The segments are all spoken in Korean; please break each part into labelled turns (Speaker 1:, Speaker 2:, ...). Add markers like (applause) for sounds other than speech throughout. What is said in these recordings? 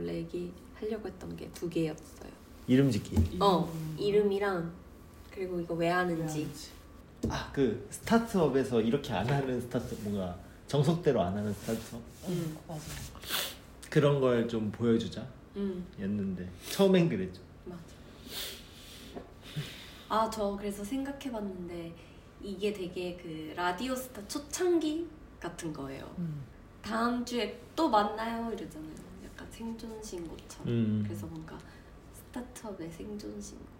Speaker 1: 얘기하려고 했던 게 두 개였어요.
Speaker 2: 이름 짓기.
Speaker 1: 어 이름이랑 그리고 이거 왜 하는지.
Speaker 2: 아 그 스타트업에서 이렇게 안 하는 스타트업 뭔가 정석대로 안 하는 스타트업
Speaker 1: 음.
Speaker 3: 맞아.
Speaker 2: 그런 걸 좀 보여주자
Speaker 1: 음
Speaker 2: 였는데 처음엔 그랬죠.
Speaker 1: (laughs) 맞아. 아 저 그래서 생각해봤는데 이게 되게 그 라디오스타 초창기 같은 거예요.
Speaker 3: 음.
Speaker 1: 다음 주에 또 만나요 이러잖아요. 약간 생존 신고처럼.
Speaker 2: 음.
Speaker 1: 그래서 뭔가 스타트업의 생존 신고.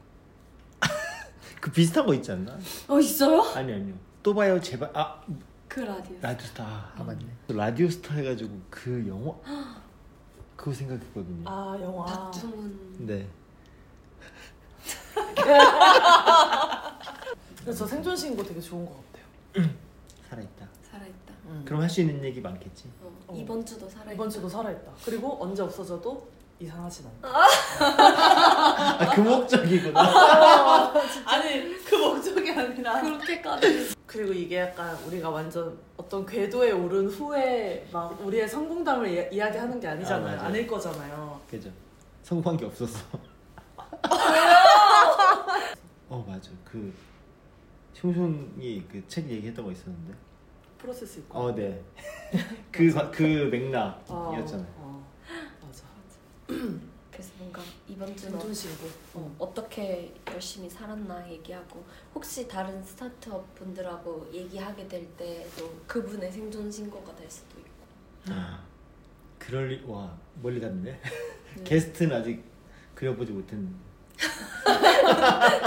Speaker 2: 그 비슷한 거 있지 않나?
Speaker 1: 어 있어요?
Speaker 2: 아니 아니요. 또 봐요 제발. 아
Speaker 1: 그 라디오.
Speaker 2: 라디오스타. 아,
Speaker 3: 아 맞네.
Speaker 2: 라디오스타 해가지고 그 영화 그거 생각했거든요.
Speaker 3: 아 영화. (laughs)
Speaker 1: 박중훈.
Speaker 2: 네.
Speaker 3: 그래서 저 생존 신고 되게 좋은 것 같아요.
Speaker 2: 살아있다.
Speaker 1: 살아있다.
Speaker 2: 그럼 할 수 있는 얘기 많겠지.
Speaker 1: 어,
Speaker 3: 어.
Speaker 1: 이번 주도 살아있다.
Speaker 3: 이번 주도 살아있다. 그리고 언제 없어져도 이상하진 않다.
Speaker 2: 아 그 목적이구나.
Speaker 3: 아니 그 목적이 아니라.
Speaker 1: 그렇게까지.
Speaker 3: 그리고 이게 약간 우리가 완전 어떤 궤도에 오른 후에 막 우리의 성공담을 이야- 이야기하는 게 아니잖아요.
Speaker 2: 아, 맞아요.
Speaker 3: 아, 닐 거잖아요.
Speaker 2: 그죠. 성공한
Speaker 1: (laughs)
Speaker 2: 게 없었어. 어 맞아. 그 쇼션이 그 책 얘기했던 거 있었는데.
Speaker 3: 프로세스 있고.
Speaker 1: (laughs)
Speaker 2: 어 네. 그그 그
Speaker 3: 어,
Speaker 2: 맥락이었잖아요.
Speaker 3: 어, 맞아.
Speaker 1: 그래서 뭔가 이번 주는
Speaker 3: 생존 신고.
Speaker 1: 어, 어떻게 열심히 살았나 얘기하고 혹시 다른 스타트업 분들하고 얘기하게 될 때도 그분의 생존 신고가 될 수도 있고. (laughs)
Speaker 2: 아, 그럴 리... 와 멀리 갔네.
Speaker 1: 네.
Speaker 2: 게스트는 아직
Speaker 1: (laughs)
Speaker 2: 그려보지 못했는데.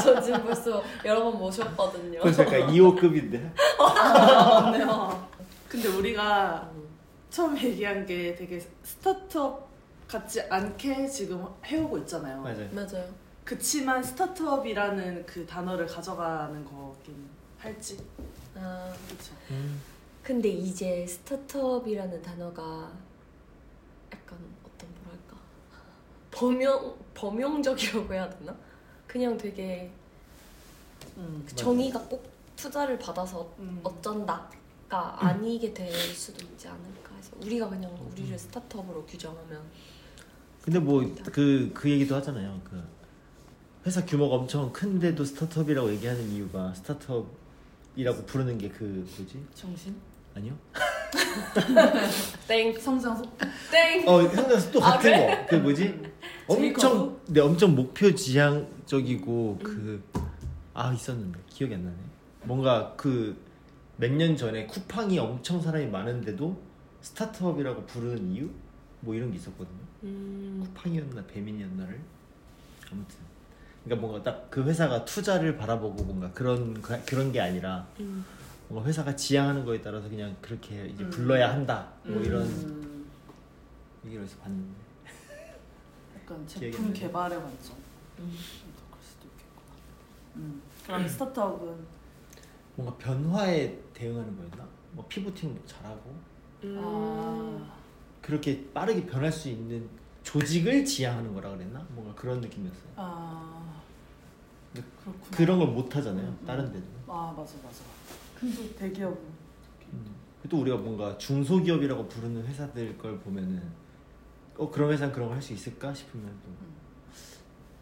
Speaker 1: 저 지금 벌써 여러 번 모셨거든요.
Speaker 2: 벌써 약간
Speaker 1: (laughs)
Speaker 2: 2호급인데.
Speaker 3: 맞네요. 근데 우리가 처음 얘기한 게 되게 스타트업 같지 않게 지금 해오고 있잖아요.
Speaker 2: 맞아요.
Speaker 1: 맞아요.
Speaker 3: 그치만 스타트업이라는 그 단어를 가져가는 거긴 할지.
Speaker 1: 아,
Speaker 3: 그렇죠.
Speaker 2: 음.
Speaker 1: 근데 이제 스타트업이라는 단어가 약간 어떤 뭐랄까 범용 범용적이라고 해야 되나? 그냥 되게
Speaker 3: 음.
Speaker 1: 그 정의가 꼭 투자를 받아서
Speaker 3: 음.
Speaker 1: 어쩐다가 아니게 될 수도 있지 않을까 해서 우리가 그냥 우리를 스타트업으로 규정하면
Speaker 2: 근데 뭐 그 그 얘기도 하잖아요. 그 회사 규모가 엄청 큰데도 스타트업이라고 얘기하는 이유가 스타트업이라고 부르는 게 그 뭐지?
Speaker 3: 정신?
Speaker 2: 아니요?
Speaker 1: 땡
Speaker 3: 성장 속도.
Speaker 1: 땡.
Speaker 2: 어 생각해서 또
Speaker 1: 아,
Speaker 2: 같은 거. 그 뭐지? 엄청 네 엄청 목표 지향적이고 그 아 있었는데 기억이 안 나네. 뭔가 그 몇 년 전에 쿠팡이 엄청 사람이 많은데도 스타트업이라고 부르는 이유? 뭐 이런 게 있었거든요.
Speaker 1: 음.
Speaker 2: 쿠팡이었나 배민이었나를 아무튼 그러니까 뭔가 딱 그 회사가 투자를 바라보고 뭔가 그런 그- 그런 게 아니라
Speaker 1: 음.
Speaker 2: 뭔가 회사가 지향하는 거에 따라서 그냥 그렇게 이제
Speaker 3: 음.
Speaker 2: 불러야 한다 뭐 이런
Speaker 3: 음.
Speaker 2: 얘기를 해서 봤는데
Speaker 3: 약간
Speaker 2: 기억이
Speaker 3: 제품
Speaker 2: 안 나네.
Speaker 3: 개발의 관점.
Speaker 1: 음.
Speaker 3: 또 그럴 수도 있겠구나. 음. 그럼 스타트업은
Speaker 2: 뭔가 변화에 대응하는 거였나? 뭐 피부팅도 잘하고
Speaker 3: 아,
Speaker 2: 그렇게 빠르게 변할 수 있는 조직을 지향하는 거라 그랬나? 뭔가 그런 느낌이었어요.
Speaker 3: 아 그렇구나.
Speaker 2: 그런 걸 못 하잖아요.
Speaker 3: 음, 음.
Speaker 2: 다른 데는.
Speaker 3: 아 맞아 맞아. 근데 대기업은
Speaker 2: 음. 또 우리가 뭔가 중소기업이라고 부르는 회사들 걸 보면은 어 그런 회사는 그런 걸 할 수 있을까 싶으면 또
Speaker 3: 음.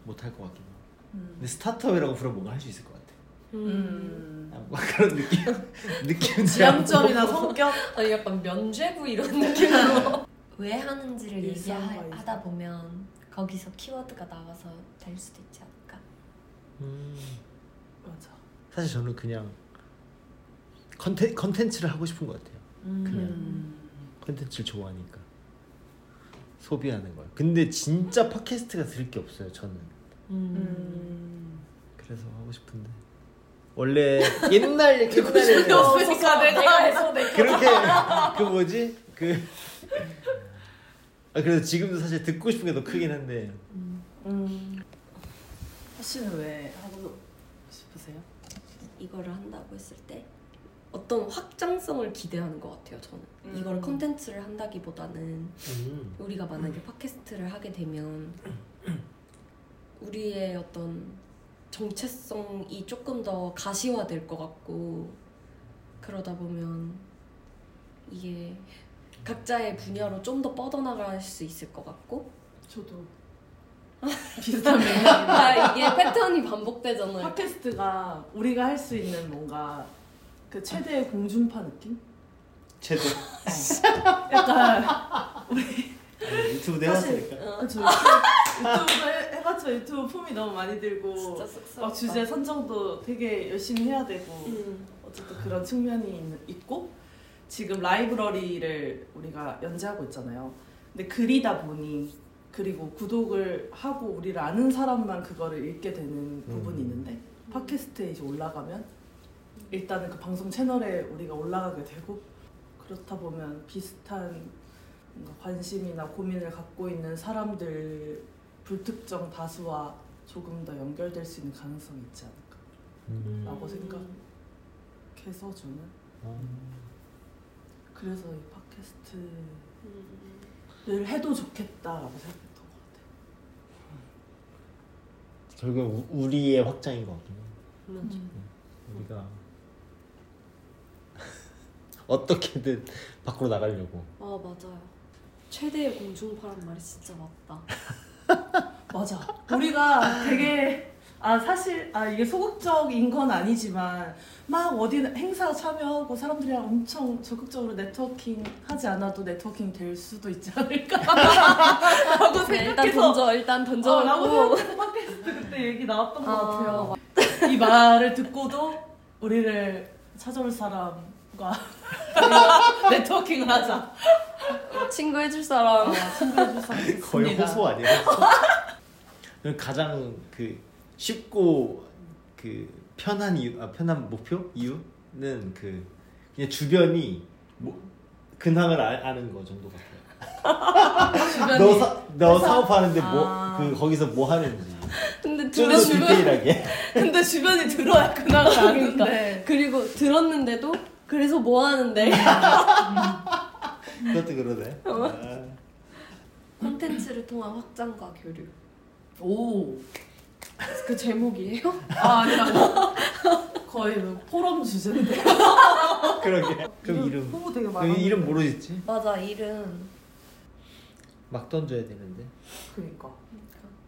Speaker 2: 못할 것 같기도 하고 근데
Speaker 3: 음.
Speaker 2: 스타트업이라고 부르면 뭔가 할 수 있을 것 같아
Speaker 3: 음.
Speaker 2: 아, 뭐 (laughs) 그런
Speaker 3: (laughs)
Speaker 2: 느낌 느낌은
Speaker 3: 지향점이나
Speaker 2: (laughs)
Speaker 3: 성격
Speaker 1: 아니 약간 면죄부 이런 (laughs) 느낌으로 왜 하는지를
Speaker 3: 일상과
Speaker 1: 얘기하다
Speaker 3: 일상.
Speaker 1: 보면 거기서 키워드가 나와서 될 수도 있지 않을까
Speaker 2: 음,
Speaker 3: 맞아.
Speaker 2: 사실 저는 그냥 컨텐 컨텐츠를 하고 싶은 것 같아요 그냥.
Speaker 3: 음.
Speaker 2: 컨텐츠를 좋아하니까 소비하는 걸 근데 진짜 팟캐스트가 들을 게 없어요 저는
Speaker 1: 음.
Speaker 3: 음.
Speaker 2: 그래서 하고 싶은데
Speaker 3: (laughs)
Speaker 2: 원래 옛날 얘기 옛날에
Speaker 3: 음. 뭐 없으니까 내가
Speaker 1: 해서 내
Speaker 2: 그렇게 그 뭐지 그 아, 그래서 지금도 사실 듣고 싶은 게 더 크긴 한데
Speaker 3: 음. 하씨는 왜 하고 싶으세요?
Speaker 1: 이거를 한다고 했을 때 어떤 확장성을 기대하는 것 같아요 저는
Speaker 3: 음.
Speaker 1: 이걸 컨텐츠를 한다기보다는
Speaker 2: 음.
Speaker 1: 우리가 만약에 팟캐스트를 하게 되면 우리의 어떤 정체성이 조금 더 가시화될 것 같고 그러다 보면 이게 각자의 분야로 좀 더 뻗어나갈 수 있을 것 같고
Speaker 3: 저도 (laughs) 비슷한 (laughs) 맥락.
Speaker 4: 아 이게 패턴이 반복되잖아요.
Speaker 3: 팟캐스트가 우리가 할 수 있는 뭔가 그 최대의 공중파 느낌?
Speaker 2: 최대
Speaker 3: (laughs) 약간
Speaker 2: 아니, 유튜브 내가
Speaker 3: 사실-
Speaker 2: 했으니까
Speaker 4: 어,
Speaker 3: 저 유튜브 해- 해봤자 유튜브 폼이 너무 많이 들고
Speaker 4: 진짜 쑥스럽다.
Speaker 3: 막 주제 선정도 되게 열심히 해야 되고
Speaker 4: 음.
Speaker 3: 어쨌든 그런 측면이 있- 있고 지금 라이브러리를 우리가 연재하고 있잖아요. 근데 글이다 보니 그리고 구독을 하고 우리를 아는 사람만 그거를 읽게 되는 부분이 있는데 팟캐스트에 이제 올라가면 일단은 그 방송 채널에 우리가 올라가게 되고 그렇다 보면 비슷한 뭔가 관심이나 고민을 갖고 있는 사람들 불특정 다수와 조금 더 연결될 수 있는 가능성이 있지 않을까.
Speaker 2: 음.
Speaker 3: 라고 계속 저는
Speaker 2: 어.
Speaker 3: 그래서 이 팟캐스트를
Speaker 4: 음.
Speaker 3: 해도 좋겠다라고 생각했던 것 같아요.
Speaker 2: 결국 우- 우리의 확장인 것 같군요
Speaker 4: 맞아.
Speaker 2: 우리가 (laughs) 어떻게든 밖으로 나가려고
Speaker 4: 아 맞아요. 최대의 공중파란 말이 진짜 맞다.
Speaker 3: 맞아. 우리가 되게 아 사실 아 이게 소극적인 건 아니지만 막 어디 행사 참여하고 사람들이랑 엄청 적극적으로 네트워킹 하지 않아도 네트워킹 될 수도 있지 않을까라고
Speaker 4: 네, 일단
Speaker 3: 생각해서
Speaker 4: 던져 일단
Speaker 3: 어, 라고
Speaker 4: 던져놓고
Speaker 3: 생각해서 팟캐스트 그때 얘기 나왔던 것
Speaker 4: 아.
Speaker 3: 같아요. 이 말을 듣고도 우리를 찾아올 사람과 (laughs) 우리가 네트워킹을 하자.
Speaker 4: 친구 해줄 사람.
Speaker 1: 어.
Speaker 3: 친구해줄 사람 있습니다.
Speaker 2: 거의 호소 (laughs) 아니에요? 저는 가장 그 쉽고 그 편한 이유, 아, 편한 목표 이유는 그 그냥 주변이 뭐, 근황을 아, 아는 거 정도 같아요. 너, 사, 너 사업하는데 뭐,
Speaker 3: 아.
Speaker 2: 그 거기서 뭐 하는지
Speaker 4: 근데
Speaker 2: 좀
Speaker 4: 들은
Speaker 2: 더
Speaker 4: 주
Speaker 2: 디테일하게. (laughs)
Speaker 3: 근데 주변이 들어야 그나마
Speaker 4: 그러니까.
Speaker 3: 아는데.
Speaker 4: 그리고 들었는데도 그래서 뭐 하는데
Speaker 2: 그것도 그러네. 아.
Speaker 1: (laughs) 콘텐츠를 통한 확장과 교류.
Speaker 3: 오.
Speaker 1: 그 제목이에요?
Speaker 3: 아, 아니야. 거의 뭐 포럼 주제인데.
Speaker 2: 아, 그러게. 그럼 이름
Speaker 3: 홍보 되게 많아.
Speaker 2: 그럼 이름 모르겠지?
Speaker 1: 맞아 이름.
Speaker 2: 막 던져야 되는데.
Speaker 3: 그니까.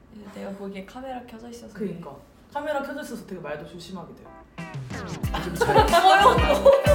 Speaker 1: 그러니까. 내가 보기에 카메라 켜져 있어서.
Speaker 3: 그니까. 카메라 켜져 있어서 되게 말도 조심하게 돼요.
Speaker 1: 어려워.